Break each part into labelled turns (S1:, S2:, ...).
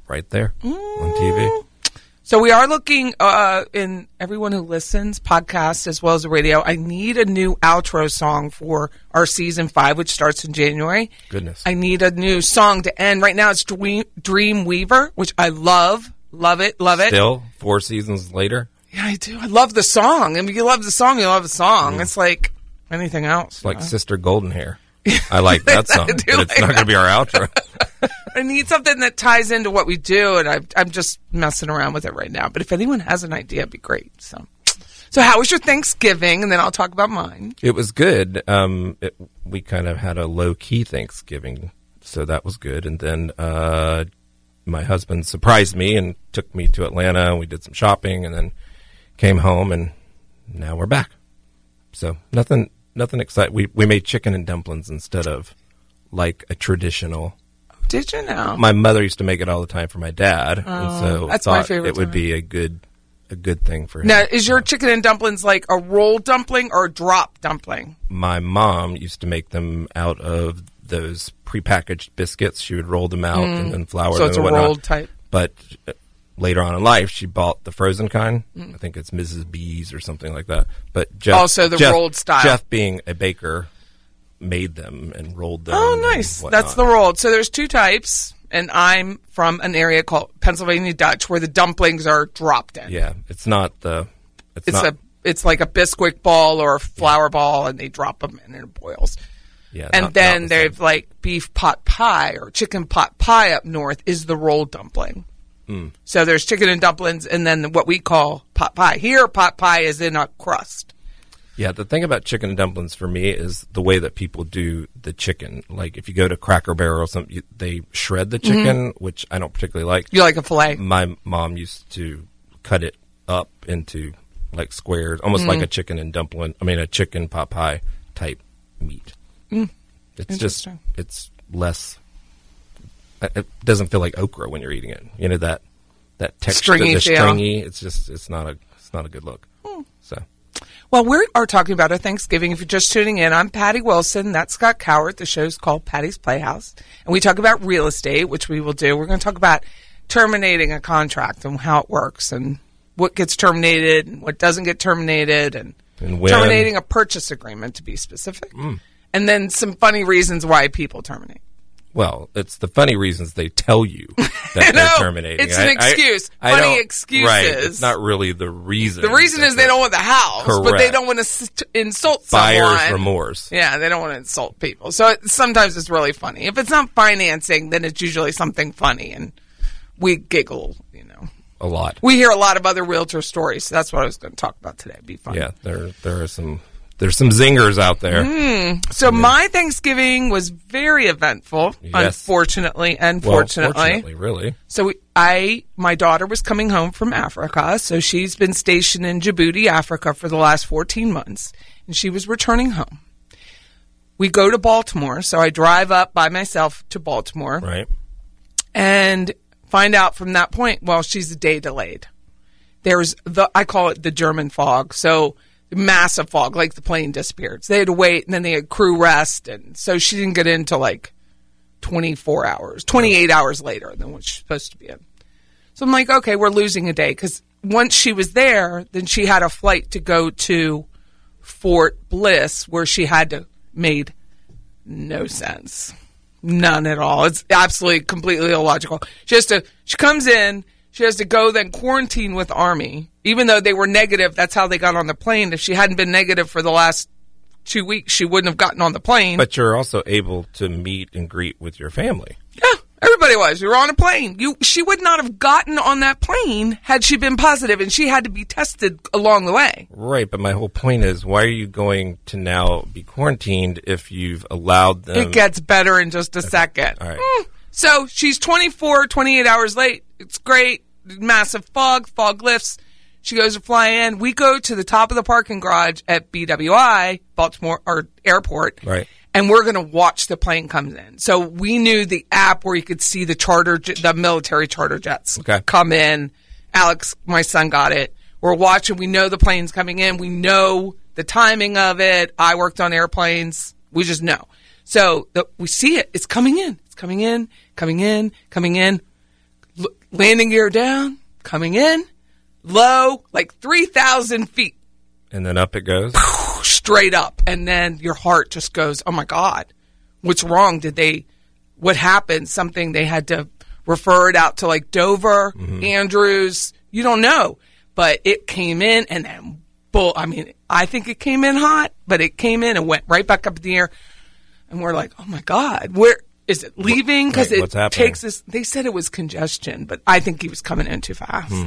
S1: right there on
S2: Mm.
S1: TV.
S2: So we are looking uh, in everyone who listens, podcasts as well as the radio. I need a new outro song for our season five, which starts in January.
S1: Goodness.
S2: I need a new song to end. Right now, it's Dream, Dream Weaver, which I love, love it, love it.
S1: Still, four seasons later,
S2: Yeah, I do. I love the song. and if you love the song, you love the song. It's like anything else.
S1: like Sister Golden Hair. I like that song,
S2: do
S1: but it's
S2: like
S1: not going to be our outro.
S2: I need something that ties into what we do, and I'm I'm just messing around with it right now. But if anyone has an idea, it'd be great. So, so how was your Thanksgiving? And then I'll talk about mine.
S1: It was good. Um, it, we kind of had a low key Thanksgiving, so that was good. And then uh, my husband surprised me and took me to Atlanta. and We did some shopping and then came home, and now we're back. So nothing, nothing exciting. We we made chicken and dumplings instead of like a traditional.
S2: Did you know?
S1: My mother used to make it all the time for my dad, and so
S2: Oh, that's my
S1: thought
S2: favorite
S1: it would
S2: time.
S1: be a good a good thing for him.
S2: now, is your chicken and dumplings like a roll dumpling or a drop dumpling?
S1: my mom used to make them out of those prepackaged biscuits. She would roll them out and then
S2: Mm.
S1: flour
S2: So
S1: them
S2: it's
S1: and
S2: a
S1: whatnot.
S2: rolled type.
S1: But uh, later on in life, she bought the frozen kind. I think it's Mrs. B's or something like that. But Jeff,
S2: Also Oh, the
S1: Jeff-
S2: rolled style.
S1: Jeff, being a baker, made them and rolled them.
S2: Oh,
S1: and
S2: nice.
S1: whatnot.
S2: That's the rolled. So there's two types, and I'm from an area called Pennsylvania Dutch where the dumplings are dropped in.
S1: yeah. It's not the. It's,
S2: It's
S1: not,
S2: a it's like a Bisquick ball or a flour ball, and they drop them in and it boils.
S1: yeah,
S2: and
S1: not-
S2: then
S1: not the same.
S2: they've like beef pot pie or chicken pot pie up north is the roll dumpling.
S1: Hmm.
S2: So there's chicken and dumplings, and then what we call pot pie. Here, pot pie is in a crust.
S1: Yeah, the thing about chicken and dumplings for me is the way that people do the chicken. Like if you go to Cracker Barrel or something, you- they shred the
S2: Mm-hmm.
S1: chicken, which I don't particularly like.
S2: You like a fillet?
S1: My mom used to cut it up into like squares, almost
S2: Mm-hmm.
S1: like a chicken and dumpling. I mean, a chicken pot pie type meat. It's
S2: Mm.
S1: just
S2: Interesting.
S1: it's less. uh, it- It doesn't feel like okra when you're eating it. You know that that texture,
S2: Stringy
S1: the
S2: feel. Hmm.
S1: stringy. It's just it's not a it's not a good look. So.
S2: Well, we are talking about our Thanksgiving. If you're just tuning in, I'm Patty Wilson. That's Scott Cowart. The show's called Patty's Playhouse. And we talk about real estate, which we will do. We're going to talk about terminating a contract and how it works and what gets terminated and what doesn't get terminated and,
S1: And when. Mm.
S2: terminating a purchase agreement, to be specific. And then some funny reasons why people terminate.
S1: Well, it's the funny reasons they tell you
S2: know.
S1: that they're terminating.
S2: It's an excuse. Funny
S1: don't- Right.
S2: excuses.
S1: It's not really the reason.
S2: The reason is they don't want the house, but they
S1: Correct.
S2: don't want to st- insult someone.
S1: buyer's remorse.
S2: Yeah, they don't want to insult people. So it, sometimes it's really funny. If it's not financing, then it's usually something funny, and we giggle. You know,
S1: A lot.
S2: we hear a lot of other realtor stories. So that's what I was going to talk about today. It'd be fun.
S1: yeah, there there are some there's some zingers out there.
S2: Mm-hmm. So my Thanksgiving was very eventful,
S1: Yes.
S2: unfortunately and
S1: Well,
S2: fortunately.
S1: fortunately, really.
S2: So we, I, my daughter was coming home from Africa. So she's been stationed in Djibouti, Africa for the last 14 months and she was returning home. We go to Baltimore. So I drive up by myself to Baltimore
S1: Right.
S2: and find out from that point, well, she's a day delayed. There's the, I call it the German fog. So massive fog, like the plane disappeared. So they had to wait and then they had crew rest. And so she didn't get in till like 24 hours, 28 hours later than what she's supposed to be in. So I'm like, okay, we're losing a day because once she was there, then she had a flight to go to Fort Bliss where she had to made no sense. None at all. It's absolutely completely illogical. She has to she comes in, she has to go then quarantine with Army. Even though they were negative, that's how they got on the plane. If she hadn't been negative for the last two weeks, she wouldn't have gotten on the plane.
S1: But you're also able to meet and greet with your family.
S2: Yeah, everybody was. We were on a plane. You, she would not have gotten on that plane had she been positive, and she had to be tested along the way.
S1: Right, but my whole point is why are you going to now be quarantined if you've allowed them?
S2: it gets better in just a second.
S1: All right.
S2: Mm. So she's 24, 28 hours late. It's great. Massive fog. Fog lifts. She goes to fly in. We go to the top of the parking garage at BWI, Baltimore or airport.
S1: Right.
S2: And we're going to watch the plane comes in. So we knew the app where you could see the charter, j- the military charter jets
S1: Okay.
S2: come in. Alex, my son, got it. We're watching. We know the plane's coming in. We know the timing of it. I worked on airplanes. We just know. So the, we see it. It's coming in. It's coming in, coming in, coming in. L- landing gear down, coming in, low, like 3,000 feet
S1: and then up it goes.
S2: straight up and then your heart just goes oh my god what's wrong did they what happened something they had to refer it out to like dover
S1: Mm-hmm.
S2: andrews you don't know but it came in and then bull i mean i think it came in hot but it came in and went right back up in the air and we're like oh my god where is it leaving because
S1: Right,
S2: it
S1: what's happening?
S2: takes us they said it was congestion but i think he was coming in too fast
S1: Hmm.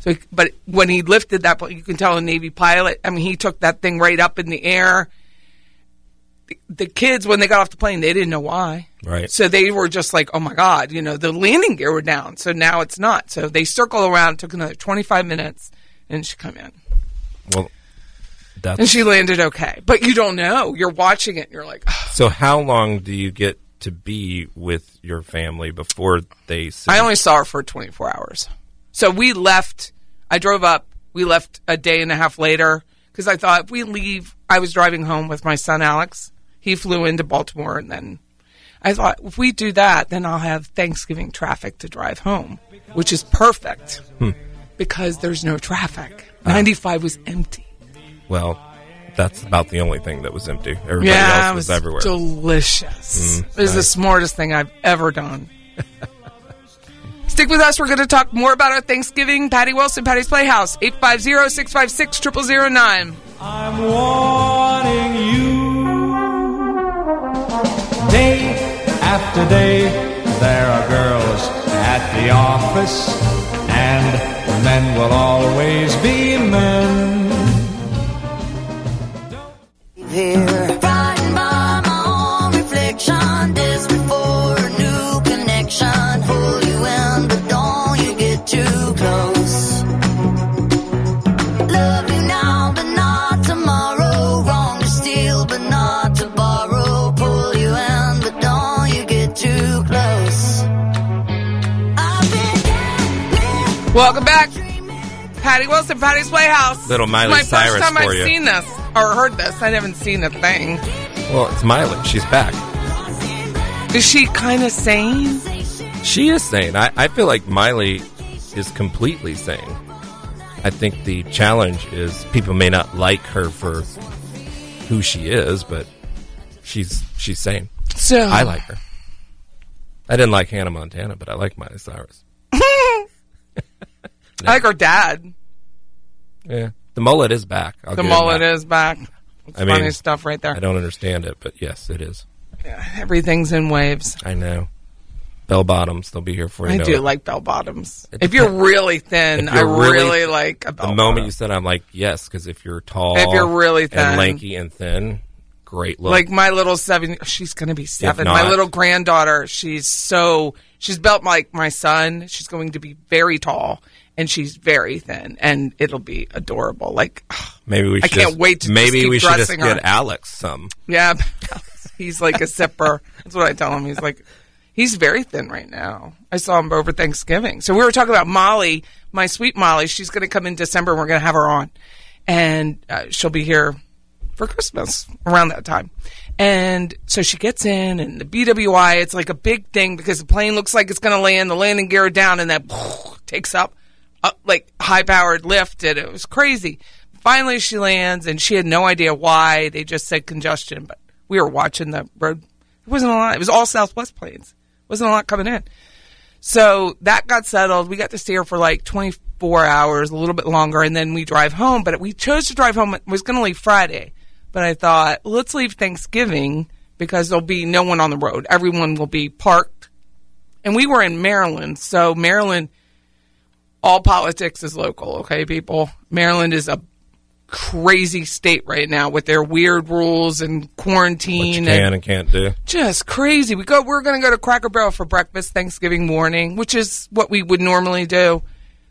S2: so, but when he lifted that, you can tell a Navy pilot. I mean, he took that thing right up in the air. The, the kids, when they got off the plane, they didn't know why.
S1: Right.
S2: So they were just like, "Oh my God!" You know, the landing gear were down, so now it's not. So they circle around, took another twenty-five minutes, and she come in,
S1: well,
S2: and
S1: that's
S2: she landed okay. But you don't know. You're watching it, and you're like,
S1: so. How long do you get to be with your family before they? Send,
S2: I only saw her for 24 hours. So we left. I drove up. We left a day and a half later because I thought if we leave, I was driving home with my son Alex. He flew into Baltimore, and then I thought if we do that, then I'll have Thanksgiving traffic to drive home, which is perfect because there's no traffic. 95 was empty.
S1: well, that's about the only thing that was empty. Everybody
S2: yeah,
S1: else
S2: it
S1: was,
S2: was
S1: everywhere. Mm-hmm.
S2: delicious. it was the
S1: nice.
S2: smartest thing I've ever done. Stick with us. We're going to talk more about our Thanksgiving. Patty Wilson, Patty's Playhouse, 850 656 0009.
S3: I'm warning you. Day after day, there are girls at the office, and men will always be men.
S4: Right by my own reflection, desperate for a new connection. Pull you in, but don't you get too close. Love you now, but not tomorrow. Wrong to steal, but not to borrow. Pull you in, but don't you get too close. I've been down,
S2: Welcome back. Patty Wilson, Patty's Playhouse.
S1: Little Miley
S2: my
S1: Cyrus
S2: first time
S1: for
S2: I've
S1: you.
S2: seen this or heard this. I haven't seen a thing.
S1: well, it's Miley. She's back.
S2: Is she kind of sane?
S1: She is sane. I, I feel like Miley is completely sane. I think the challenge is people may not like her for who she is, but she's she's sane.
S2: So
S1: I like her. I didn't like Hannah Montana, but I like Miley Cyrus.
S2: I like her dad.
S1: Yeah, the mullet is back. I'll
S2: The
S1: give him
S2: mullet
S1: that.
S2: is back. It's
S1: I mean,
S2: funny stuff right there.
S1: I don't understand it, but yes, it is.
S2: Everything's in waves.
S1: I know. Bell bottoms, they'll be here for you.
S2: I
S1: know
S2: do
S1: it.
S2: like bell bottoms.
S1: It
S2: If you're
S1: depends.
S2: really thin,
S1: If you're
S2: I
S1: really
S2: really,
S1: th-
S2: like a bell
S1: the moment you said, I'm like, yes, because if you're tall,
S2: If you're really thin.
S1: and lanky and thin, great look.
S2: like my little seven, she's gonna be seven.
S1: not-
S2: my little granddaughter, she's so she's built like my son. She's going to be very tall and she's very thin, and it'll be adorable. Like,
S1: Maybe we
S2: I
S1: should.
S2: can't
S1: just-
S2: wait to just
S1: maybe
S2: keep
S1: we should just
S2: dressing
S1: get
S2: her.
S1: Alex some.
S2: yeah, he's like a zipper. That's what I tell him. He's like. He's very thin right now. I saw him over Thanksgiving. So we were talking about Molly, my sweet Molly. She's going to come in December and we're going to have her on. And uh, she'll be here for Christmas around that time. And so she gets in, and the BWI, it's like a big thing because the plane looks like it's going to land, the landing gear down, and that takes up, up like high powered lift, and it was crazy. Finally, she lands, and she had no idea why. They just said congestion, but we were watching the road. It wasn't a lot. It was all Southwest planes. Wasn't a lot coming in. So that got settled. We got to stay here for like 24 hours, a little bit longer, and then we drive home. But we chose to drive home. I was going to leave Friday, but I thought, let's leave Thanksgiving because there'll be no one on the road. Everyone will be parked. And we were in Maryland. So Maryland, all politics is local, okay, people? Maryland is a crazy state right now with their weird rules and
S1: What you
S2: quarantine and
S1: can and can't do.
S2: just crazy. We go. We're going to go to Cracker Barrel for breakfast Thanksgiving morning, which is what we would normally do.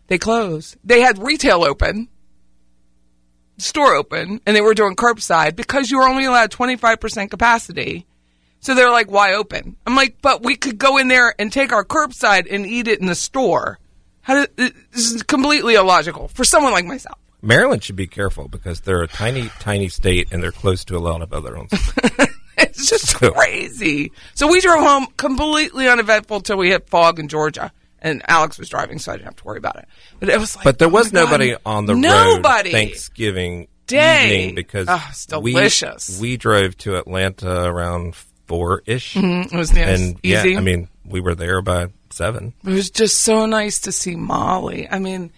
S2: They close. They had retail open, store open, and they were doing curbside because you were only allowed twenty five percent capacity. So they're like, "Why open?" I'm like, "But we could go in there and take our curbside and eat it in the store." How did, this is completely illogical for someone like myself.
S1: Maryland should be careful because they're a tiny, tiny state and they're close to a lot of other ones.
S2: It's just crazy. So we drove home completely uneventful till we hit fog in Georgia. And Alex was driving, so I didn't have to worry about it. But it was like,
S1: But there
S2: oh
S1: was
S2: my God,
S1: nobody on the
S2: nobody.
S1: road Thanksgiving
S2: Day.
S1: evening because
S2: Ah, it's
S1: we-
S2: delicious.
S1: We, drove to Atlanta around four ish,
S2: Mm-hmm. It was nice,
S1: and
S2: easy.
S1: yeah, I mean we were there by seven.
S2: it was just so nice to see Molly. I mean,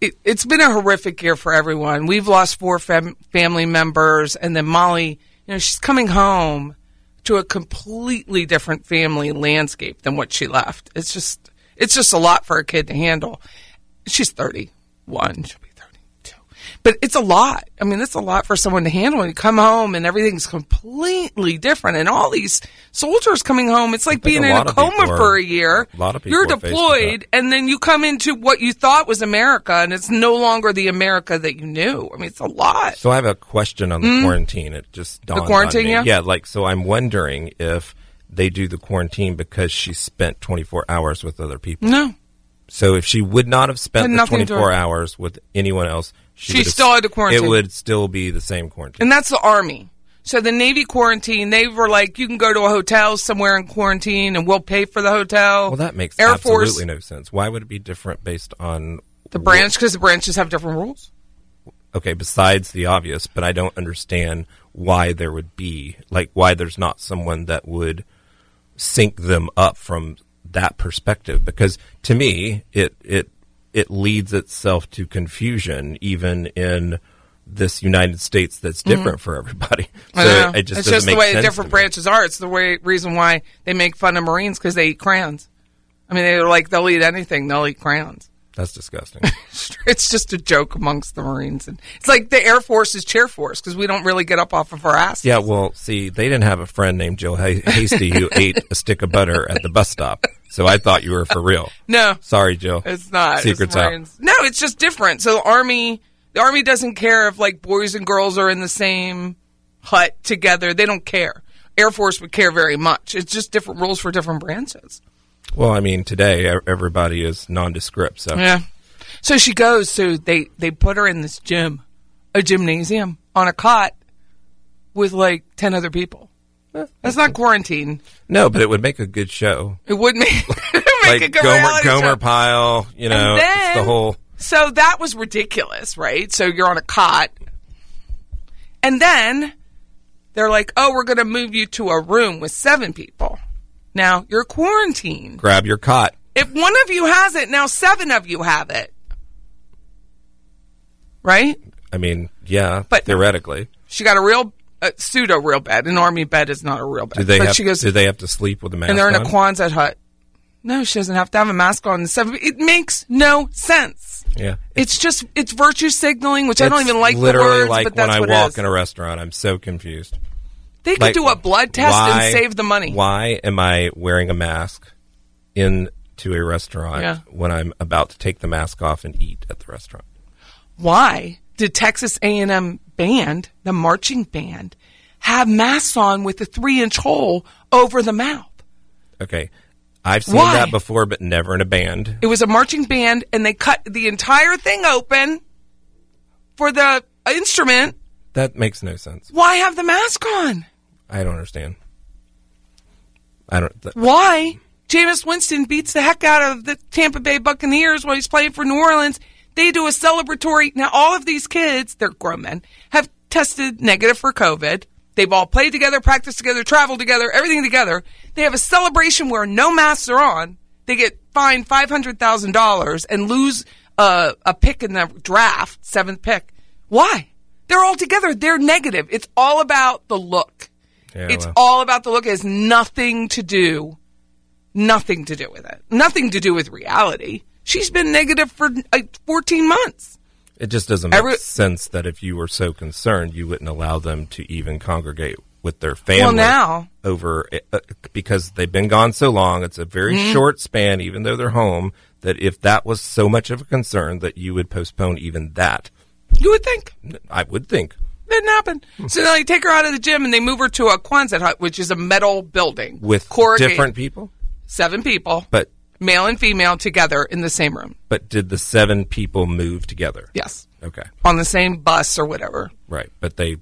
S2: it, it's been a horrific year for everyone. We've lost four fam- family members, and then Molly, you know, she's coming home to a completely different family landscape than what she left. It's just, it's just a lot for a kid to handle. She's thirty-one. She'll be thirty-two, but it's a lot. I mean, it's a lot for someone to handle. And you come home, and everything's completely different. And all these soldiers coming home, it's like
S1: think
S2: being
S1: a
S2: in a
S1: lot of
S2: coma
S1: people are-
S2: for a year.
S1: a lot of people
S2: You're
S1: are faced with
S2: deployed,
S1: that.
S2: and then you come into what you thought was America, and it's no longer the America that you knew. I mean, it's a lot.
S1: So I have a question on the quarantine. It just dawned
S2: Hmm? quarantine,
S1: on me.
S2: yeah?
S1: like so I'm wondering if they do the quarantine because she spent 24 hours with other people.
S2: No,
S1: So if she would not
S2: Mm-hmm.
S1: have
S2: Had
S1: spent the
S2: nothing to
S1: 24
S2: her-
S1: hours with anyone else, she,
S2: She
S1: would have-
S2: still had to quarantine.
S1: It would still be the same quarantine.
S2: and that's the Army. So the Navy quarantine, they were like, you can go to a hotel somewhere in quarantine, and we'll pay for the hotel.
S1: Well, that makes
S2: Air
S1: absolutely
S2: Force,
S1: no sense. Why would it be different based on
S2: the branch, because the branches have different rules.
S1: Okay, besides the obvious, but I don't understand why there would be like why there's not someone that would sync them up from that perspective. Because to me, it it it leads itself to confusion, even in this United States that's different for everybody.
S2: Mm-hmm.
S1: So
S2: I know.
S1: it just
S2: it's
S1: doesn't
S2: just the
S1: make
S2: way the
S1: sense
S2: different
S1: to me.
S2: branches are. It's the way reason why they make fun of Marines because they eat crayons. I mean, they're like they'll eat anything. They'll eat crayons.
S1: That's disgusting.
S2: it's just a joke amongst the Marines, and it's like the Air Force is cheer force because we don't really get up off of our ass.
S1: Yeah, well, see, they didn't have a friend named Joe Ha- Hasty who ate a stick of butter at the bus stop, so I thought you were for real.
S2: No.
S1: sorry, Joe.
S2: it's not It's
S1: Secrets out.
S2: Marines. No, it's just different. So the Army, the Army doesn't care if like boys and girls are in the same hut together. They don't care. Air Force would care very much. It's just different rules for different branches.
S1: Well, I mean, today e- everybody is nondescript, so
S2: Yeah. So she goes. So they they put her in this gym, a gymnasium on a cot with like ten other people. That's not quarantine.
S1: no, but it would make a good show,
S2: It would make, make a
S1: like
S2: good
S1: Gomer,
S2: reality
S1: Gomer
S2: show.
S1: Pyle. You know,
S2: And
S1: it's
S2: then-
S1: the whole.
S2: So that was ridiculous, right? So you're on a cot. And then they're like, oh, we're going to move you to a room with seven people. Now you're quarantined.
S1: Grab your cot.
S2: If one of you has it, now seven of you have it. Right?
S1: I mean, yeah,
S2: But-
S1: theoretically,
S2: She got a real, a pseudo real bed. An army bed is not a real bed.
S1: do they
S2: but
S1: have?
S2: she goes,
S1: do they have to sleep with a mask
S2: and they're in a
S1: on?
S2: Quonset hut. No, she doesn't have to have a mask on. Seven, it makes no sense.
S1: yeah,
S2: It's just it's virtue signaling, which I don't
S1: It's
S2: even like
S1: Literally,
S2: the words,
S1: like
S2: but that's
S1: when
S2: what
S1: I
S2: it
S1: walk
S2: is.
S1: in a restaurant, I'm so confused.
S2: they could
S1: Like,
S2: do a blood test
S1: why-
S2: and save the money.
S1: Why am I wearing a mask into a restaurant
S2: Yeah.
S1: when I'm about to take the mask off and eat at the restaurant?
S2: Why did Texas A&M band, the marching band, have masks on with a three-inch hole over the mouth?
S1: Okay. I've seen
S2: Why?
S1: that before, but never in a band.
S2: It was a marching band, and they cut the entire thing open for the instrument,
S1: That makes no sense.
S2: Why have the mask on?
S1: I don't understand. I don't. th-
S2: Why? Jameis Winston beats the heck out of the Tampa Bay Buccaneers while he's playing for New Orleans. They do a celebratory. Now, all of these kids, they're grown men, have tested negative for COVID. They've all played together, practiced together, traveled together, everything together. They have a celebration where no masks are on. They get fined $500,000 and lose uh, a pick in the draft, seventh pick. Why? They're all together. They're negative. It's all about the look
S1: yeah,
S2: it's
S1: well,
S2: all about the look. It has nothing to do, nothing to do with it. Nothing to do with reality. She's been negative for like 14 months.
S1: it just doesn't make
S2: every-
S1: sense that if you were so concerned, you wouldn't allow them to even congregate with their family.
S2: now-
S1: over uh, because they've been gone so long, it's a very
S2: Mm-hmm.
S1: short span, even though they're home. That if that was so much of a concern, that you would postpone even that.
S2: You would think
S1: I would think.
S2: didn't happen.
S1: Hmm.
S2: so now they take her out of the gym and they move her to a Quonset hut, which is a metal building
S1: with
S2: corrugated,
S1: different people.
S2: seven people,
S1: But
S2: male and female together in the same room.
S1: but did the seven people move together?
S2: Yes,
S1: Okay.
S2: on the same bus or whatever.
S1: Right. But they.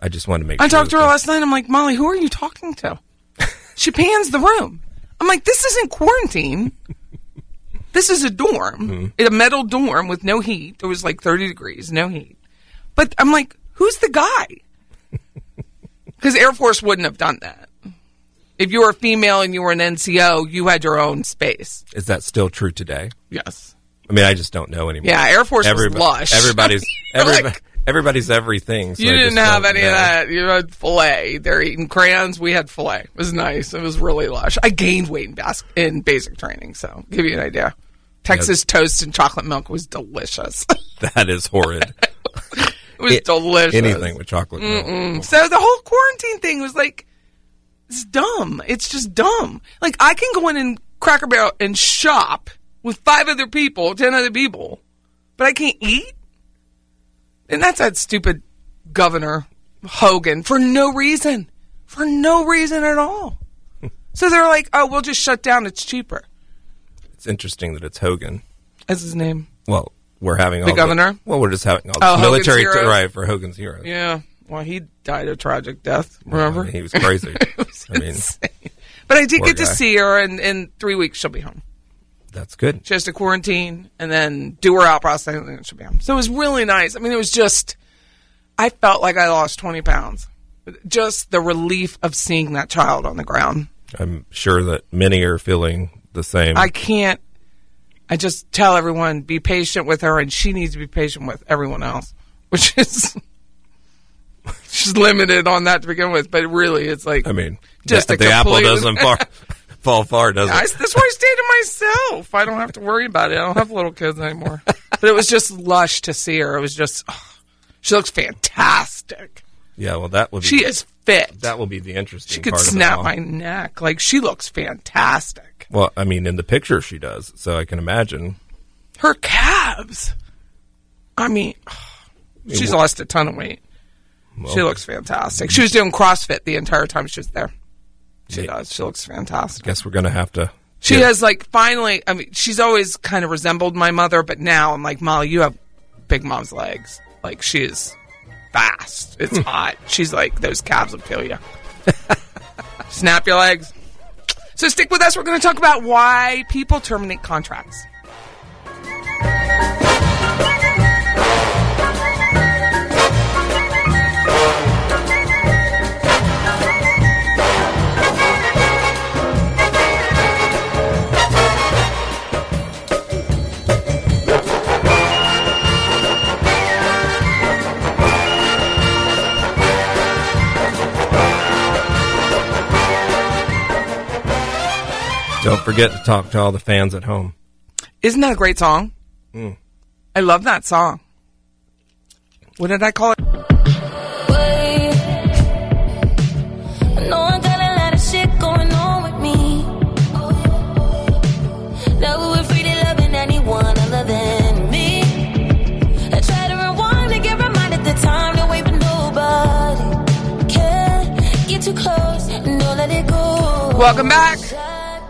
S1: I just wanted to make.
S2: I
S1: sure
S2: talked to her
S1: that-
S2: last night. I'm like, Molly, who are you talking to? she pans the room. I'm like, this isn't quarantine. this is a dorm, a metal dorm with no heat. It was like 30 degrees, no heat. But I'm like, who's the guy? Because Air Force wouldn't have done that. If you were a female and you were an NCO, you had your own space.
S1: Is that still true today?
S2: Yes.
S1: I mean, I just don't know anymore.
S2: Yeah, Air Force was lush.
S1: Everybody's
S2: You're
S1: everyb-
S2: like-
S1: everybody's everything. so
S2: You
S1: I
S2: didn't
S1: just
S2: have
S1: don't
S2: any
S1: know.
S2: of that. You had filet. They're eating crayons. We had filet. It was nice. It was really lush. I gained weight in, bas- in basic training, so give you an idea. Texas toast and chocolate milk was delicious. it
S1: That is horrid.
S2: was
S1: It-
S2: delicious.
S1: Anything with chocolate milk.
S2: So the whole quarantine thing was like, it's dumb. It's just dumb. Like I can go in and Cracker Barrel and shop with five other people, ten other people, but I can't eat. And that's that stupid governor Hogan for no reason, for no reason at all. so they're like, oh, we'll just shut down. It's cheaper.
S1: It's interesting that it's Hogan.
S2: That's his name.
S1: Well, we're having all the
S2: governor?
S1: well, we're just having all
S2: Oh,
S1: the
S2: Hogan's
S1: military
S2: Heroes.
S1: right for Hogan's Heroes.
S2: Yeah. Well, he died a tragic death.
S1: I
S2: Remember?
S1: mean, he was crazy. I mean,
S2: but I did
S1: Poor
S2: get to
S1: guy.
S2: see her, and in three weeks she'll be home.
S1: that's good.
S2: She has to quarantine and then do her out process, and then she'll be home. So it was really nice. I mean, it was just, I felt like I lost 20 pounds. Just the relief of seeing that child on the ground.
S1: I'm sure that many are feeling the same.
S2: I can't, I just tell everyone, be patient with her, and she needs to be patient with everyone else, which is. She's limited on that to begin with, but really, it's like
S1: I mean,
S2: Just
S1: the,
S2: a
S1: the apple
S2: complete-
S1: doesn't far, fall far, does
S2: I,
S1: it?
S2: that's why I stay to myself. I don't have to worry about it. I don't have little kids anymore. But it was just lush to see her. It was just, oh, she looks fantastic.
S1: Yeah, well, that would be,
S2: She is fit.
S1: that will be the interesting.
S2: she could
S1: part of it
S2: snap
S1: all.
S2: my neck. Like she looks fantastic.
S1: Well, I mean, in the picture she does, so I can imagine.
S2: Her calves. I mean, she's lost a ton of weight. She looks fantastic. She was doing CrossFit the entire time she was there. She
S1: Yeah.
S2: does. She looks fantastic.
S1: Guess we're gonna have to.
S2: She
S1: get-
S2: has like finally. I mean, she's always kind of resembled my mother, but now I'm like, Molly, you have big mom's legs. Like she is fast. It's
S1: Hmm.
S2: hot. She's like those calves will kill you. Snap your legs. So stick with us. We're going to talk about why people terminate contracts.
S1: Don't forget to talk to all the fans at home.
S2: Isn't that a great song?
S1: Hmm.
S2: I love that song. What did I call it?
S5: Too close and don't let it go.
S2: Welcome back.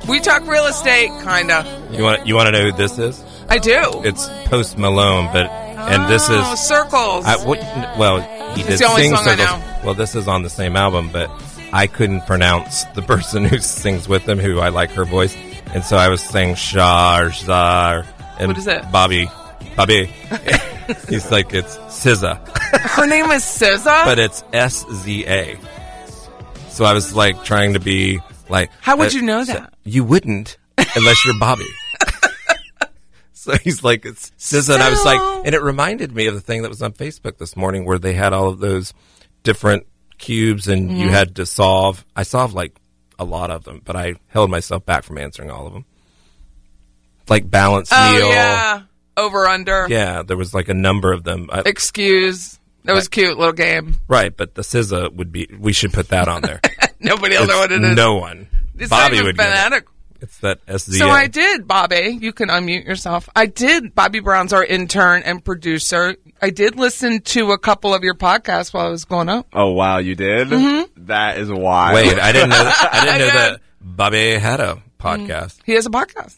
S2: We talk real estate, kinda.
S1: You want you want to know who this is?
S2: I do.
S1: It's Post Malone, but and this
S2: Oh,
S1: is
S2: circles.
S1: I wouldn't. Well, he did
S2: the only
S1: sing
S2: song I
S1: circles.
S2: know.
S1: Well, this is on the same album, but I couldn't pronounce the person who sings with him, who I like her voice, and so I was saying Shar Zar and
S2: What is that?
S1: Bobby, Bobby. He's like it's SZA,
S2: Her name is SZA.
S1: but it's S Z A. So I was like trying to be like.
S2: How would
S1: uh,
S2: you know
S1: so-
S2: that?
S1: you wouldn't unless you're Bobby. so he's like, it's SZA. And I was like,
S2: So-
S1: and it reminded me of the thing that was on Facebook this morning where they had all of those different cubes and
S2: Mm-hmm.
S1: you had to solve. I solved like a lot of them, but I held myself back from answering all of them. Like balance
S2: oh
S1: meal.
S2: yeah, over under.
S1: Yeah, there was like a number of them. I,
S2: Excuse. That was cute little game.
S1: right, but the SZA would be, we should put that on there.
S2: Nobody'll know what it is.
S1: No one.
S2: it's not
S1: Bobby
S2: even
S1: would get it. uh,
S2: fanatic.
S1: It's that SZA.
S2: So I did, Bobby. You can unmute yourself. I did. Bobby Brown's our intern and producer. I did listen to a couple of your podcasts while I was going up.
S6: Oh wow, you did?
S2: Mm-hmm.
S6: That is wild.
S1: Wait, I didn't know. That, I didn't know
S2: know.
S1: that Bobby had a podcast.
S2: He has a podcast.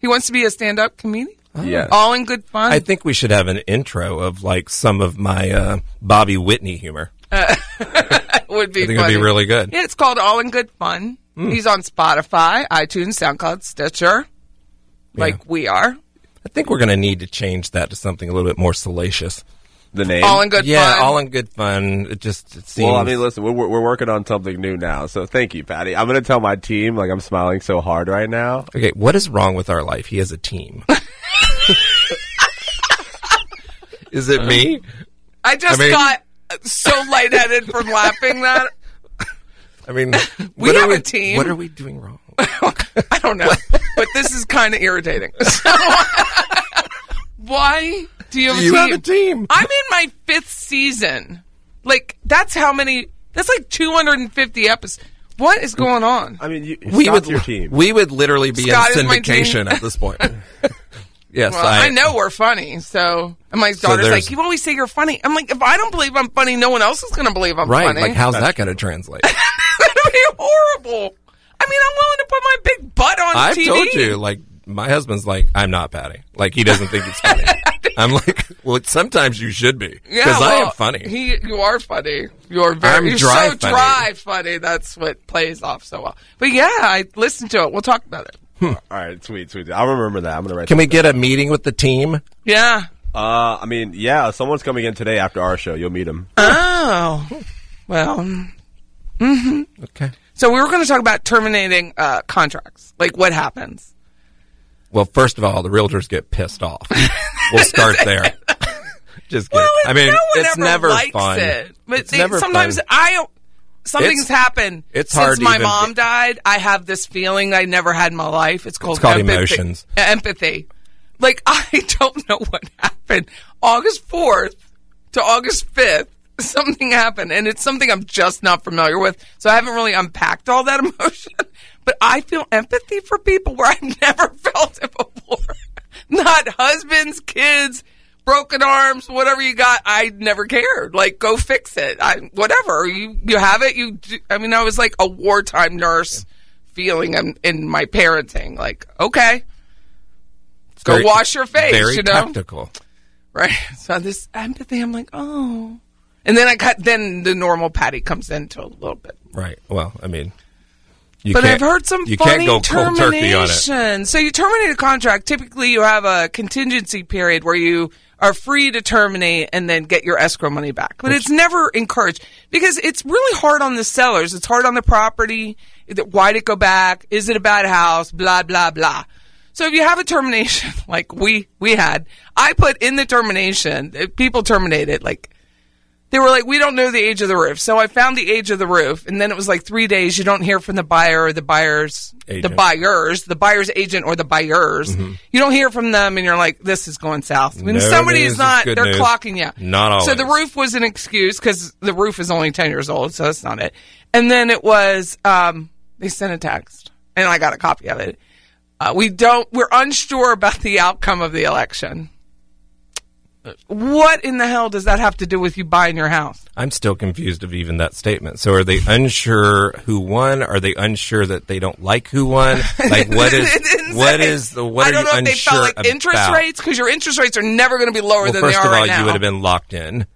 S2: He wants to be a stand-up comedian.
S6: Yes.
S1: uh,
S2: All in good fun.
S1: Oh, I think we should have an intro of like some of my uh, Bobby Whitney humor.
S2: That would be
S1: I think it'd
S2: funny.
S1: be Hmm. really good.
S2: Yeah, it's called All in Good Fun. He's on Spotify, iTunes, SoundCloud, Stitcher, like we are.
S1: I think we're going to need to change that to something a little bit more salacious.
S6: the name.
S2: All in Good
S1: yeah,
S2: Fun.
S1: all in good fun. It just it seems.
S6: well, I mean, listen, we're, we're working on something new now, so thank you, Patty. I'm going to tell my team, like, I'm smiling so hard right now.
S1: okay, what is wrong with our life? He has a team. is it me?
S2: I just
S1: I mean-
S2: got so lightheaded from laughing that
S1: I mean,
S2: We
S1: what are
S2: have a team.
S1: What are we doing wrong?
S2: I don't know. but this is kind of irritating. So, why do you have,
S1: you
S2: a, team?
S1: have a team.
S2: I'm in my fifth season. Like, that's how many, that's like 250 episodes. What is going on?
S6: I mean, you,
S1: we
S6: Scott's
S1: would
S6: your team.
S1: we would literally be
S2: Scott is
S1: in
S2: my team.
S1: syndication at this point. yes,
S2: Well, I, know we're funny, so and my daughter's
S1: there's-
S2: like, "You always say you're funny." I'm like, if I don't believe I'm funny, no one else is going to believe I'm
S1: Right?
S2: funny.
S1: Like, how's that going to translate?
S2: It's going to be horrible. I mean, I'm willing to put my big butt on
S1: I've
S2: TV.
S1: told you, like, my husband's like, I'm not Patty. Like, he doesn't think it's funny. I'm like, well, sometimes you should be because
S2: Yeah,
S1: I
S2: well,
S1: am funny.
S2: He, you are funny. You're very,
S1: I'm
S2: you're
S1: dry
S2: so
S1: funny.
S2: dry funny. That's what plays off so well. But yeah, I listened to it. We'll talk about it.
S6: All right, sweet, sweet. I'll remember that. I'm going to write
S1: Can we get a meeting with the team?
S2: Yeah.
S6: Uh, I mean, yeah, someone's coming in today after our show. You'll meet him.
S2: Oh, well. mm.
S1: Okay.
S2: So we were going to talk about terminating uh, contracts, like what happens.
S1: Well, first of all, the realtors get pissed off. we'll start there. Just kidding.
S2: Well,
S1: I mean,
S2: no one
S1: it's
S2: ever
S1: never
S2: likes
S1: fun.
S2: It. But
S1: It's
S2: they-
S1: never
S2: sometimes
S1: fun.
S2: I something's
S1: It's-
S2: happened.
S1: it's
S2: since
S1: hard to
S2: my
S1: even
S2: mom
S1: get-
S2: died. I have this feeling I never had in my life. It's called,
S1: called
S2: empathy.
S1: emotions.
S2: Uh, Empathy. Like I don't know what happened. August fourth to August fifth. Something happened, and it's something I'm just not familiar with. So I haven't really unpacked all that emotion. But I feel empathy for people where I've never felt it before. Not husbands, kids, broken arms, whatever you got. I never cared. Like, go fix it. I whatever you you have it. You. Do, I mean, I was like a wartime nurse, feeling in, in my parenting. Like, okay, go
S1: Very-
S2: wash your face.
S1: Very
S2: you know,
S1: tactical.
S2: right? So this empathy. I'm like, oh, and then I got then the normal Patty comes into a little bit.
S1: Right. Well, I mean, you
S2: But
S1: can't-
S2: I've heard some
S1: you
S2: funny
S1: can't go cold turkey on it.
S2: termination. So you terminate a contract. Typically, you have a contingency period where you are free to terminate and then get your escrow money back. But it's never encouraged because it's really hard on the sellers. It's hard on the property. Is it- Why'd it go back? Is it a bad house? Blah blah blah. So if you have a termination like we we had, I put in the termination. If people terminate it like they were like, we don't know the age of the roof. So I found the age of the roof, and then it was like three days. You don't hear from the buyer or the buyer's the
S1: Agent.
S2: buyers, the buyer's agent or the buyers. You don't hear from them, and you're like, this is going south. When
S1: No
S2: somebody
S1: news
S2: is
S1: is
S2: not,
S1: good
S2: they're
S1: news.
S2: clocking you.
S1: Not
S2: So the
S1: always.
S2: roof was an excuse because the roof is only ten years old, so that's not it. And then it was um, they sent a text, and I got a copy of it. Uh, we don't. We're unsure about the outcome of the election. What in the hell does that have to do with you buying your house?
S1: I'm still confused of even that statement. So are they unsure who won? Are they unsure that they don't like who won? Like what is
S2: It didn't
S1: what
S2: say.
S1: is the what
S2: I don't
S1: are you
S2: know if they
S1: unsure
S2: felt like interest
S1: about?
S2: rates because your interest rates are never going to be lower
S1: Well,
S2: than they
S1: first
S2: are
S1: of all,
S2: right now.
S1: you would have been locked in.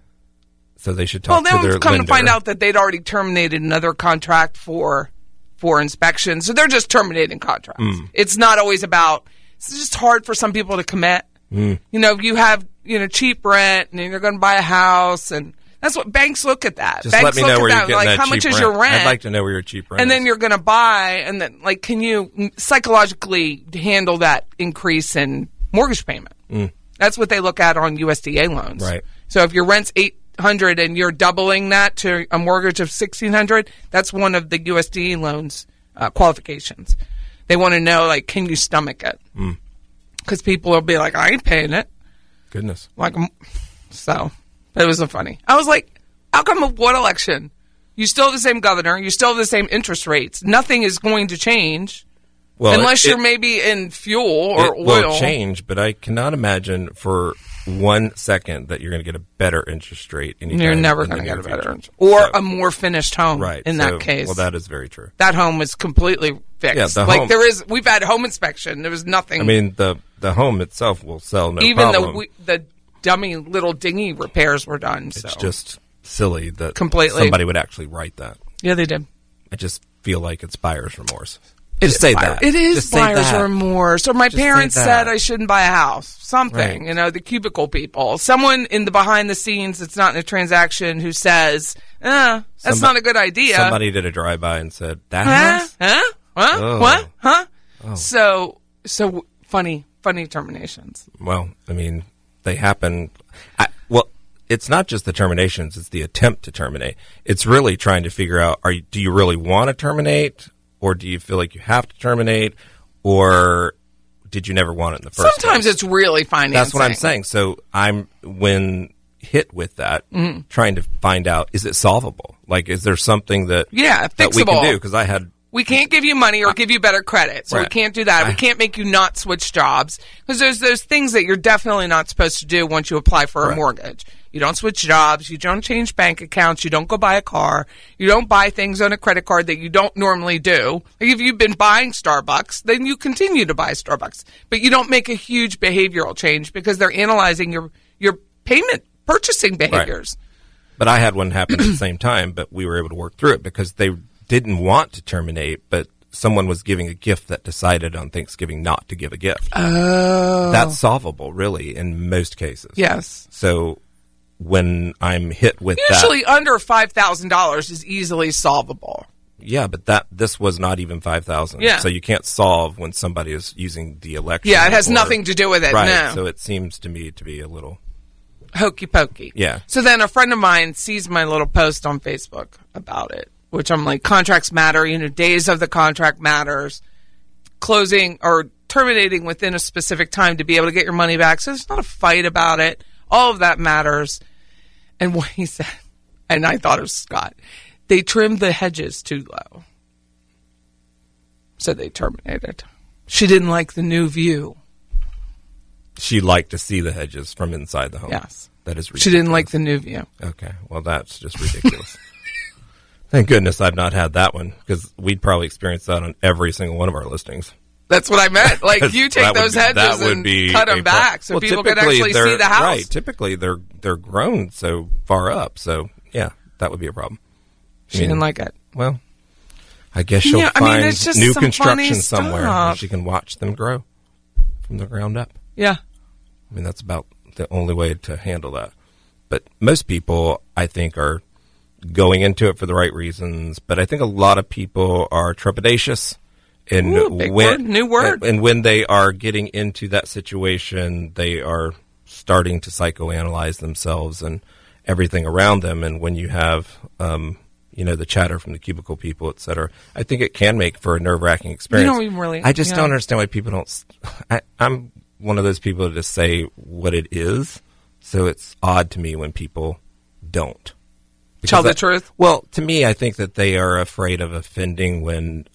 S1: So they should
S2: well,
S1: talk
S2: then
S1: to their
S2: we've come
S1: lender.
S2: to find out that they'd already terminated another contract for for inspection, so they're just terminating contracts.
S1: Hmm.
S2: It's not always about. It's just hard for some people to commit.
S1: Hmm.
S2: You know, you have you know cheap rent, and then you're going to buy a house, and that's what banks look at that.
S1: Just
S2: banks
S1: let me
S2: look
S1: know
S2: at
S1: where you're
S2: that
S1: getting
S2: like
S1: that
S2: how
S1: cheap
S2: much is your rent,
S1: I'd like to know where your cheap rent.
S2: and then
S1: is.
S2: you're going to buy, and then like, can you psychologically handle that increase in mortgage payment? That's what they look at on USDA loans,
S1: Right.
S2: So if your rent's eight hundred and you're doubling that to a mortgage of sixteen hundred, that's one of the USDA loans uh, qualifications. They want to know like, can you stomach it? Because people will be like, I ain't paying it.
S1: goodness.
S2: Like, mm, so it was a funny. I was like, how come of what election? You still have the same governor. You still have the same interest rates. Nothing is going to change
S1: Well, it-
S2: unless you're
S1: it-
S2: maybe in fuel or
S1: it
S2: oil.
S1: will change, but I cannot imagine for one second that you're going to get a better interest rate. anytime
S2: You're never
S1: in the
S2: going to
S1: near
S2: get a better
S1: future.
S2: or
S1: So-
S2: a more finished home.
S1: right
S2: In
S1: so-
S2: that case,
S1: Well, that is very true.
S2: that home is completely fixed.
S1: Yeah, the
S2: like
S1: home-
S2: there is, we've had home inspection. There was nothing.
S1: I mean, the the home itself will sell no
S2: even
S1: problem.
S2: the the dummy little dinghy repairs were done.
S1: it's
S2: so
S1: just silly that
S2: Completely.
S1: somebody would actually write that.
S2: yeah, they did.
S1: I just feel like it's buyer's remorse. just say that.
S2: It is
S1: Just say
S2: buyer's
S1: that.
S2: remorse. Or my
S1: say
S2: parents
S1: that.
S2: said I shouldn't buy a house. Something,
S1: Right.
S2: you know, the cubicle people. Someone in the behind the scenes that's not in a transaction who says, eh, that's
S1: Somebo-
S2: not a good idea.
S1: Somebody did a drive by and said that
S2: huh?
S1: house.
S2: Huh? Huh?
S1: Oh.
S2: What? Huh? So, so funny, funny terminations.
S1: Well, I mean, they happen. I, well, it's not just the terminations; it's the attempt to terminate. It's really trying to figure out: Are you, do you really want to terminate, or do you feel like you have to terminate, or did you never want it in the first?
S2: Sometimes
S1: place?
S2: it's really financing.
S1: that's what I'm saying. So I'm when hit with that,
S2: Mm-hmm.
S1: trying to find out: Is it solvable? Like, is there something that
S2: Yeah,
S1: that we can
S2: fixable.
S1: do? Because I had
S2: We can't give you money or give you better credit. So we
S1: Right.
S2: can't do that. We can't make you not switch jobs because there's those things that you're definitely not supposed to do once you apply for a
S1: Right.
S2: mortgage. You don't switch jobs. You don't change bank accounts. You don't go buy a car. You don't buy things on a credit card that you don't normally do. Like if you've been buying Starbucks, then you continue to buy Starbucks, but you don't make a huge behavioral change because they're analyzing your, your payment purchasing behaviors.
S1: But I had one happen at the same time, but we were able to work through it because they didn't want to terminate, but someone was giving a gift that decided on Thanksgiving not to give a gift. Oh. That's solvable, really, in most cases.
S2: Yes.
S1: So when I'm hit with
S2: Usually
S1: that,
S2: under $5,000 is easily solvable.
S1: yeah, but that this was not even five thousand.
S2: Yeah.
S1: So you can't solve when somebody is using the election.
S2: Yeah, it has
S1: or-
S2: nothing to do with it,
S1: Right.
S2: no.
S1: So it seems to me to be a little
S2: hokey pokey.
S1: Yeah.
S2: So then a friend of mine sees my little post on Facebook about it, which I'm like, contracts matter. You know, days of the contract matters. Closing or terminating within a specific time to be able to get your money back. So there's not a fight about it. All of that matters. And what he said, and I thought it was Scott, they trimmed the hedges too low. So they terminated. She didn't like the new view.
S1: she liked to see the hedges from inside the home.
S2: Yes.
S1: That is ridiculous.
S2: She didn't like the new view.
S1: Okay. Well, that's just ridiculous. Thank goodness I've not had that one because we'd probably experience that on every single one of our listings.
S2: That's what I meant. Like you take
S1: That would
S2: those
S1: be-
S2: hedges
S1: that would
S2: and
S1: be
S2: cut
S1: a
S2: them
S1: pro-
S2: back so
S1: Well,
S2: people could
S1: typically
S2: actually
S1: they're-
S2: see the house.
S1: Right. Typically, they're they're grown so far up. So yeah, that would be a problem.
S2: She didn't like it.
S1: Well, I guess she'll
S2: Yeah, I mean,
S1: find
S2: it's just
S1: new
S2: some funny
S1: construction somewhere where
S2: stuff.
S1: she can watch them grow from the ground up.
S2: Yeah.
S1: I mean, that's about the only way to handle that. But most people, I think, are going into it for the right reasons. But I think a lot of people are trepidatious. And
S2: Ooh, big
S1: when,
S2: word, new word.
S1: And, and when they are getting into that situation, they are starting to psychoanalyze themselves and everything around them. And when you have, um, you know, the chatter from the cubicle people, et cetera, I think it can make for a nerve wracking experience.
S2: even really-
S1: I just
S2: yeah.
S1: don't understand why people don't. s- I, am one of those people that just say what it is, so it's odd to me when people don't
S2: Tell the
S1: I-
S2: truth.
S1: Well, to me, I think that they are afraid of offending when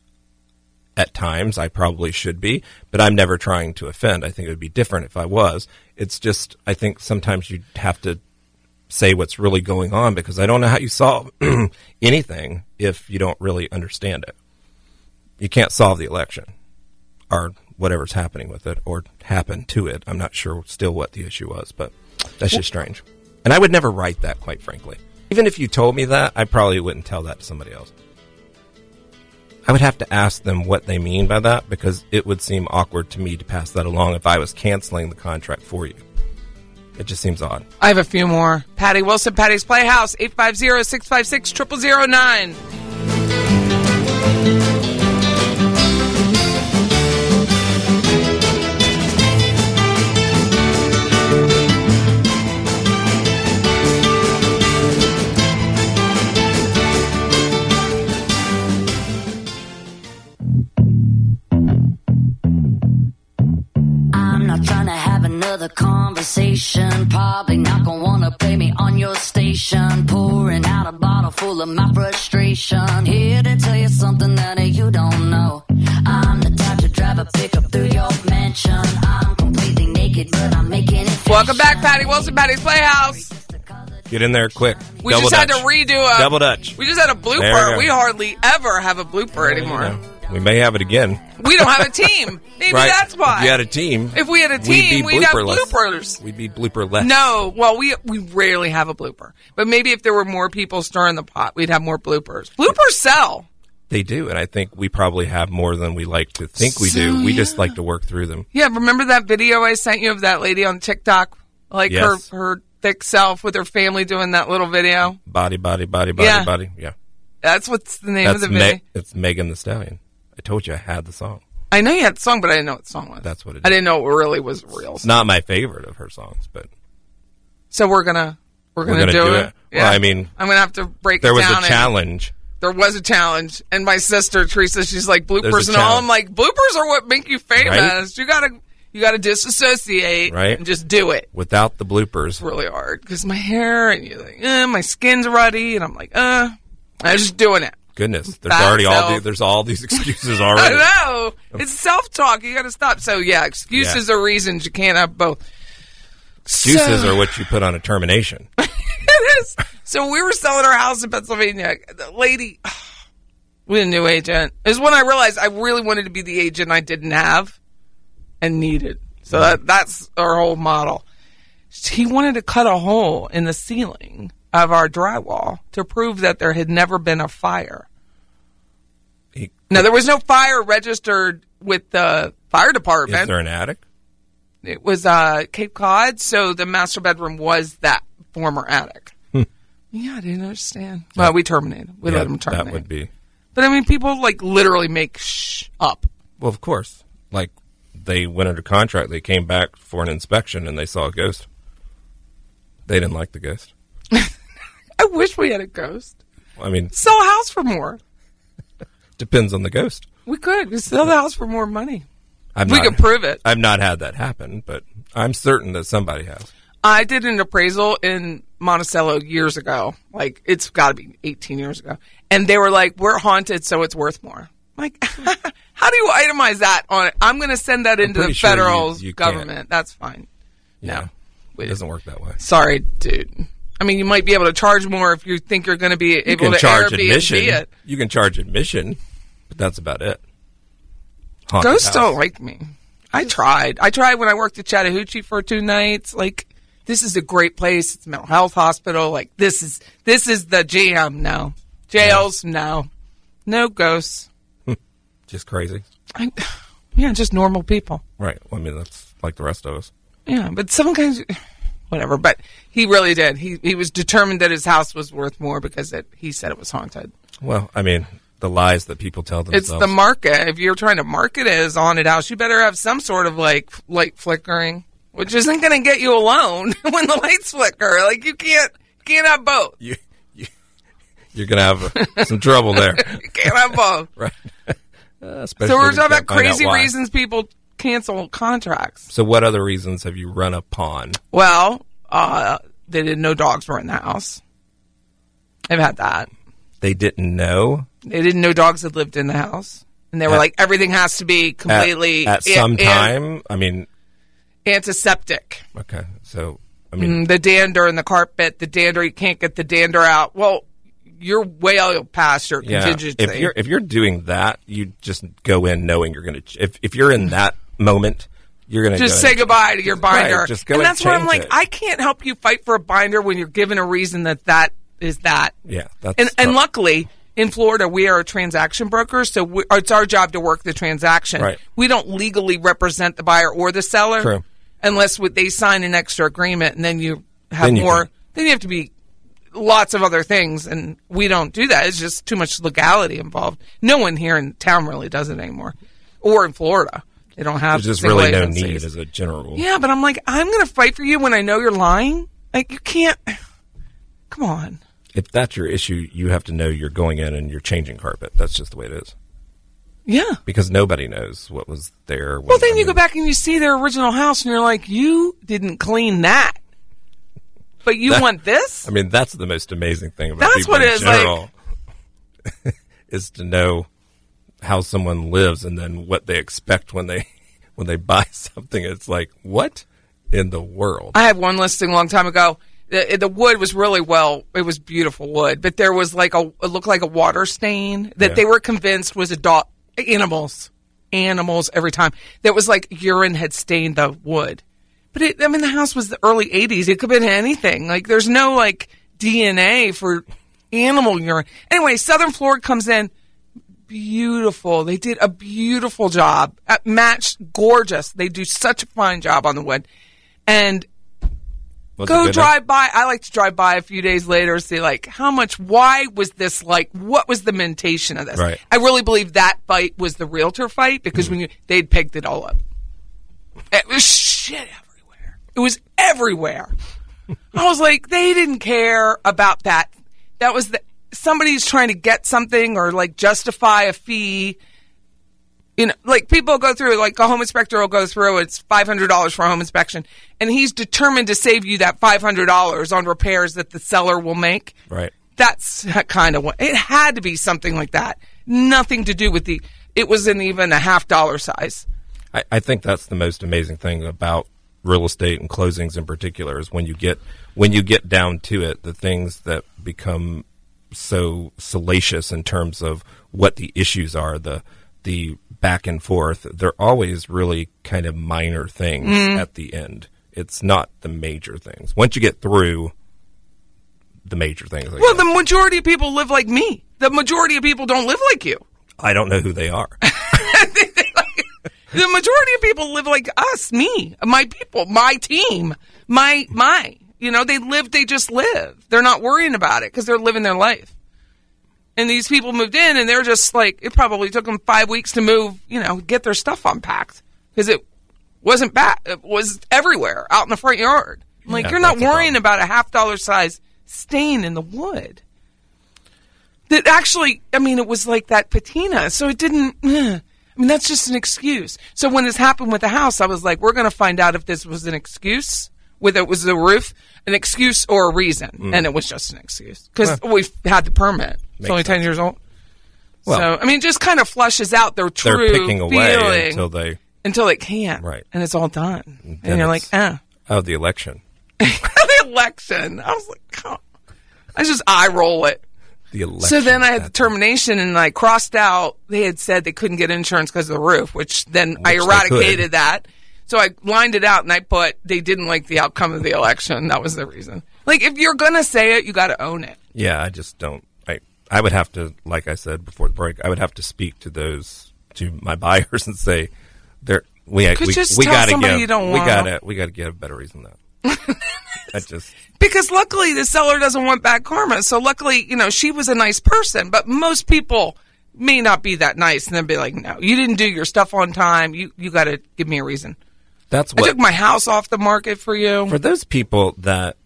S1: at times I probably should be, but I'm never trying to offend. I think it would be different if I was. It's just I think sometimes you have to say what's really going on because I don't know how you solve anything if you don't really understand it. You can't solve the election or whatever's happening with it or happened to it. I'm not sure still what the issue was, but that's just strange. And I would never write that, quite frankly. Even if you told me that, I probably wouldn't tell that to somebody else. I would have to ask them what they mean by that because it would seem awkward to me to pass that along if I was canceling the contract for you. It just seems odd.
S2: I have a few more. Patty Wilson, Patty's Playhouse, 850 656 0009.
S4: I'm not trying to have another conversation. Probably not gonna wanna play me on your station. Pouring out a bottle full of my frustration. Here to tell you something that you don't know. I'm the type to drive a pickup through your mansion. I'm completely naked, but I'm making it.
S2: Welcome back, Patty Wilson, Patty's Playhouse.
S1: Get in there quick.
S2: We
S1: Double
S2: just had to
S1: Dutch.
S2: redo a
S1: Double Dutch.
S2: We just had a
S1: There we
S2: blooper.
S1: go.
S2: We hardly ever have a blooper anymore.
S1: Yeah. We may have it again.
S2: We don't have a team. Maybe
S1: right?
S2: that's
S1: If
S2: why.
S1: you had a team.
S2: If we had a
S1: we'd
S2: team,
S1: be
S2: we'd have
S1: blooperless.
S2: bloopers.
S1: We'd be blooperless.
S2: No, well, we we rarely have a blooper, but maybe if there were more people stirring the pot, we'd have more bloopers. Bloopers sell.
S1: They do, and I think we probably have more than we like to think we do. We just like to work through them.
S2: Yeah, remember that video I sent you of that lady on TikTok, like
S1: Yes.
S2: her her thick self with her family doing that little video.
S1: Body, body, body, body,
S2: Yeah.
S1: body. Yeah.
S2: That's what's the name
S1: That's
S2: of the video.
S1: Me- it's Megan the Stallion. I told you I had the song.
S2: I know you had the song, but I didn't know what the song was.
S1: That's what it
S2: I
S1: is.
S2: didn't know it really was real.
S1: It's not my favorite of her songs, but
S2: So we're gonna we're gonna,
S1: gonna
S2: do,
S1: do
S2: it.
S1: it. Well, I mean,
S2: I'm gonna have to break.
S1: there
S2: it
S1: was
S2: down
S1: a
S2: and-
S1: challenge.
S2: there was a challenge, and my sister Teresa, she's like bloopers and all.
S1: challenge.
S2: I'm like bloopers are what make you famous.
S1: Right?
S2: You gotta you gotta disassociate,
S1: Right.
S2: And just do it.
S1: Without the bloopers,
S2: It's really hard because my hair and you're like, uh, my skin's ruddy, and I'm like, uh, I'm just doing it.
S1: goodness, there's
S2: By
S1: already all
S2: itself.
S1: the, there's all these excuses
S2: I
S1: already.
S2: know. It's self talk. You got to stop. So, yeah, excuses
S1: Yeah.
S2: are reasons you can't have both.
S1: Excuses
S2: So-
S1: are what you put on a termination.
S2: It is. So, we were selling our house in Pennsylvania. The lady, with a new agent, is when I realized I really wanted to be the agent I didn't have and needed. So, that, that's our whole model. He wanted to cut a hole in the ceiling of our drywall to prove that there had never been a fire.
S1: He-
S2: No, there was no fire registered with the fire department.
S1: Is there an attic?
S2: it was uh, Cape Cod, so the master bedroom was that former attic. yeah, I didn't understand. Well, we terminated. We let him terminate.
S1: Hmm. that would be.
S2: But I mean, people like literally make shh up.
S1: Well, of course. Like they went under contract, they came back for an inspection, and they saw a ghost. They didn't like the ghost.
S2: I wish we had a ghost.
S1: I mean,
S2: Sell a house for more.
S1: depends on the ghost.
S2: We could We sell the house for more money.
S1: I've
S2: We
S1: not-
S2: could prove it.
S1: I've not had that happen, but I'm certain that somebody has.
S2: I did an appraisal in Monticello years ago. Like it's got to be 18 years ago. And they were like, "We're haunted, so it's worth more." I'm Like, how do you itemize that on it? I'm going to send that into the
S1: pretty sure you-
S2: federal
S1: you can't.
S2: government. That's fine.
S1: Yeah.
S2: No.
S1: It doesn't work that way.
S2: Sorry, dude. I mean, you might be able to charge more if you think you're going to be
S1: You
S2: able
S1: can
S2: to
S1: charge
S2: Airbnb
S1: admission.
S2: it.
S1: You can charge admission, but that's about it. Haunted
S2: Ghosts
S1: house.
S2: don't like me. I tried. I tried when I worked at Chattahoochee for two nights. Like, this is a great place. It's a mental health hospital. Like, this is this is the jam. No jails. No, no ghosts.
S1: just crazy,
S2: I, yeah, just normal people.
S1: right? Well, I mean, that's like the rest of us.
S2: Yeah, but some guys, whatever. But he really did. He he was determined that his house was worth more because it, he said it was haunted.
S1: Well, I mean, the lies that people tell
S2: It's
S1: themselves.
S2: the market. If you're trying to market it as a haunted house, you better have some sort of like f- light flickering, which isn't going to get you a loan when the lights flicker. Like you can't can't have both.
S1: you, you, you're gonna have uh, some trouble there,
S2: You can't have both.
S1: right? Uh,
S2: so we're
S1: especially if
S2: talking
S1: you
S2: about
S1: can't find out
S2: crazy
S1: why.
S2: reasons people cancel contracts.
S1: So, what other reasons have you run upon?
S2: Well, uh, they didn't know dogs were in the house. I've had that.
S1: They didn't know.
S2: They didn't know dogs had lived in the house. and they were
S1: At-
S2: like, everything has to be
S1: At-
S2: completely
S1: at,
S2: an-
S1: some
S2: an-
S1: time. I mean,
S2: antiseptic.
S1: okay, so I mean,
S2: the dander in the carpet, the dander, you can't get the dander out. Well, you're well past your
S1: yeah.
S2: contingency.
S1: If you're if you're doing that, you just go in knowing you're going to. If if you're in that moment, you're going to
S2: just
S1: go
S2: say goodbye to your binder.
S1: Right, just go
S2: and
S1: and
S2: that's where I'm
S1: change
S2: like,
S1: it.
S2: I can't help you fight for a binder when you're given a reason that that is that.
S1: Yeah, that's
S2: and and
S1: tough.
S2: luckily in Florida we are a transaction broker, so we, it's our job to work the transaction.
S1: Right.
S2: We don't legally represent the buyer or the seller
S1: True.
S2: unless what they sign an extra agreement, and then you have
S1: Then you
S2: more.
S1: can.
S2: Then you have to be lots of other things, and we don't do that. It's just too much legality involved. No one here in town really does it anymore, or in Florida. They don't have
S1: There's just
S2: single
S1: really no
S2: agencies.
S1: need as a general rule.
S2: Yeah, but I'm like, I'm going to fight for you when I know you're lying. Like, you can't. Come on.
S1: If that's your issue, you have to know you're going in and you're changing carpet. That's just the way it is
S2: Yeah.
S1: because nobody knows what was there.
S2: Well, then you go back and you see their original house, and you're like, you didn't clean that, but you
S1: That-
S2: want this.
S1: I mean, that's the most amazing thing about
S2: That's
S1: people
S2: what
S1: in
S2: it is, like-
S1: general is to know how someone lives and then what they expect when they when they buy something. It's like what in the world?
S2: I had one listing a long time ago. The, the wood was really well. It was beautiful wood, but there was like a it looked like a water stain that
S1: Yeah.
S2: they were convinced was a dog animals, animals every time. That was like urine had stained the wood. But it, I mean, the house was the early '80s. It could have been anything. Like there's no like DNA for animal urine. Anyway, Southern Florida comes in. Beautiful. They did a beautiful job. Uh, Matched gorgeous. They do such a fine job on the wood. And
S1: Was it
S2: go
S1: good
S2: drive by. I like to drive by a few days later and see like how much. Why was this like? What was the mentation of this?
S1: Right. Mm-hmm.
S2: I really believe that fight was the realtor fight because when you they'd picked it all up. It was shit everywhere. It was everywhere. I was like, they didn't care about that. That was the somebody's trying to get something or like justify a fee. You know, like people go through, like a home inspector will go through. It's five hundred dollars for a home inspection, and he's determined to save you that five hundred dollars on repairs that the seller will make.
S1: Right.
S2: That's that kind of what it had to be something like that. Nothing to do with the. It wasn't even a half dollar size.
S1: I, I think that's the most amazing thing about real estate and closings in particular is when you get when you get down to it, the things that become so salacious in terms of what the issues are, the the back and forth, they're always really kind of minor things
S2: Mm-hmm.
S1: at the end. It's not the major things. Once you get through the major things, I,
S2: Well,
S1: guess.
S2: the majority of people live like me. The majority of people don't live like you.
S1: I don't know who they are.
S2: The majority of people live like us, me, my people, my team, my my. You know, they live. They just live. They're not worrying about it because they're living their life. And these people moved in, and they're just like it probably took them five weeks to move. You know, get their stuff unpacked because it wasn't back. It was everywhere out in the front yard. I'm like
S1: Yeah,
S2: you're not
S1: that's a
S2: worrying
S1: problem.
S2: about a half dollar size stain in the wood. That actually, I mean, it was like that patina. So it didn't. eh. I mean, that's just an excuse. So when this happened with the house, I was like, we're going to find out if this was an excuse, whether it was the roof, an excuse or a reason. And it was just an excuse because we had the permit. It's
S1: Mm. Makes
S2: only ten
S1: sense.
S2: years old.
S1: Well-
S2: so I mean, it just kind of flushes out their
S1: they're
S2: true
S1: picking away
S2: feeling
S1: until they
S2: until it can't.
S1: Right.
S2: And it's all done. And,
S1: then
S2: you're like, eh.
S1: it's- oh the election.
S2: the election. I was like, come. I just eye roll it.
S1: The election.
S2: So then I had the
S1: That's-
S2: termination and I crossed out. They had said they couldn't get insurance because of the roof, which then I
S1: Which they
S2: eradicated
S1: could.
S2: that. So I lined it out and I put they didn't like the outcome of the election. That was the reason. Like if you're gonna say it, you got to own it.
S1: Yeah, I just don't. I I would have to, like I said before the break, I would have to speak to those to my buyers and say, "There, we
S2: could
S1: we,
S2: just
S1: we
S2: tell
S1: gotta
S2: somebody
S1: give,
S2: you don't
S1: we
S2: want.
S1: gotta we gotta get a better reason than that." I just
S2: Because luckily the seller doesn't want bad karma. So luckily, you know, she was a nice person, but most people may not be that nice and they'll be like, no, you didn't do your stuff on time. You, you got to give me a reason.
S1: that's
S2: I
S1: what
S2: took my house off the market for you.
S1: for those people that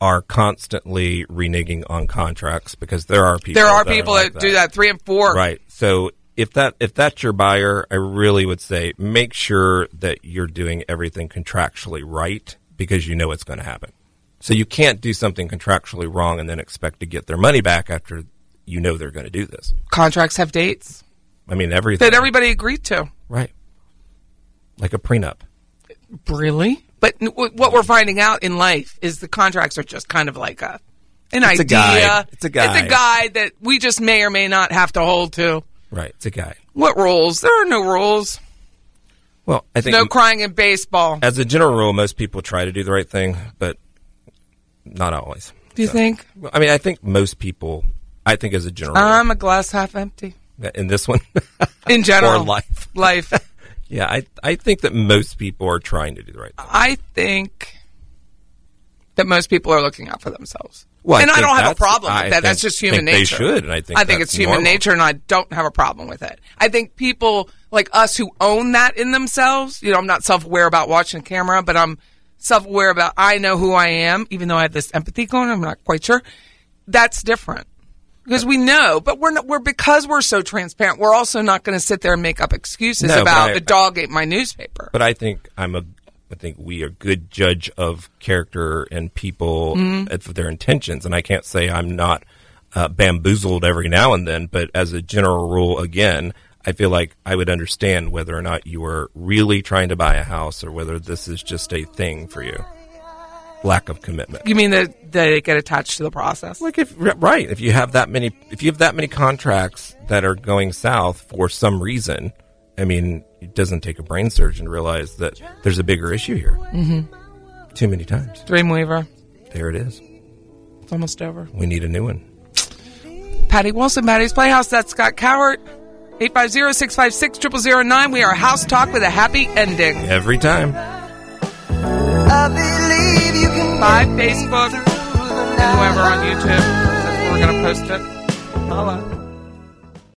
S1: are constantly reneging on contracts because there are people
S2: there are
S1: that
S2: people
S1: like
S2: that, do that three and four.
S1: Right. So if that if that's your buyer, I really would say make sure that you're doing everything contractually right because you know it's going to happen. So you can't do something contractually wrong and then expect to get their money back after you know they're going to do this.
S2: Contracts have dates.
S1: I mean, everything.
S2: that everybody agreed to.
S1: right. Like a prenup.
S2: Really? But n- w- what we're finding out in life is the contracts are just kind of like a an
S1: It's a
S2: idea.
S1: guide. It's
S2: It's
S1: a
S2: a
S1: guide.
S2: guide that we just may or may not have to hold to.
S1: Right. It's a guy.
S2: What rules? There are no rules.
S1: Well, I think
S2: No crying in baseball.
S1: as a general rule, most people try to do the right thing, but not always.
S2: Do you think?
S1: I mean, I think most people, I think as a general
S2: I'm a glass half empty.
S1: rule, in this one,
S2: In general,
S1: life.
S2: Life.
S1: yeah, I, I think that most people are trying to do the right thing.
S2: I think that most people are looking out for themselves.
S1: Well, I
S2: and I,
S1: think
S2: don't have a
S1: that's-
S2: problem with
S1: I
S2: that. that's
S1: think-
S2: just human
S1: think they
S2: nature.
S1: should, and I think
S2: I think
S1: that's
S2: it's human
S1: normal.
S2: nature, and I don't have a problem with it. I think people like us who own that in themselves. You know, I'm not self aware about watching a camera, but I'm self aware about I know who I am, even though I have this empathy going. I'm not quite sure. That's different because we know, but we're not, we're because we're so transparent. We're also not going to sit there and make up excuses
S1: No, but
S2: about
S1: I-
S2: the dog ate my newspaper.
S1: But I think I'm a, I think we are good judge of character and people and for their intentions. And I can't say I'm not uh, bamboozled every now and then, but as a general rule, again, I feel like I would understand whether or not you were really trying to buy a house or whether this is just a thing for you. Lack of commitment.
S2: you mean that they get attached to the process?
S1: like if r- right if you have that many if you have that many contracts that are going south for some reason i mean it doesn't take a brain surgeon to realize that there's a bigger issue here mm-hmm. too many times
S2: Dreamweaver.
S1: there it is
S2: It's almost over.
S1: we need a new one
S2: Patty Wilson, Patty's Playhouse. That's Scott Cowart. 850-656-0009. We are House Talk with a happy ending.
S1: every time
S4: I believe you can
S2: By Facebook
S4: through the
S2: and whoever
S4: night.
S2: on YouTube. That's where we're going to post it. Holla.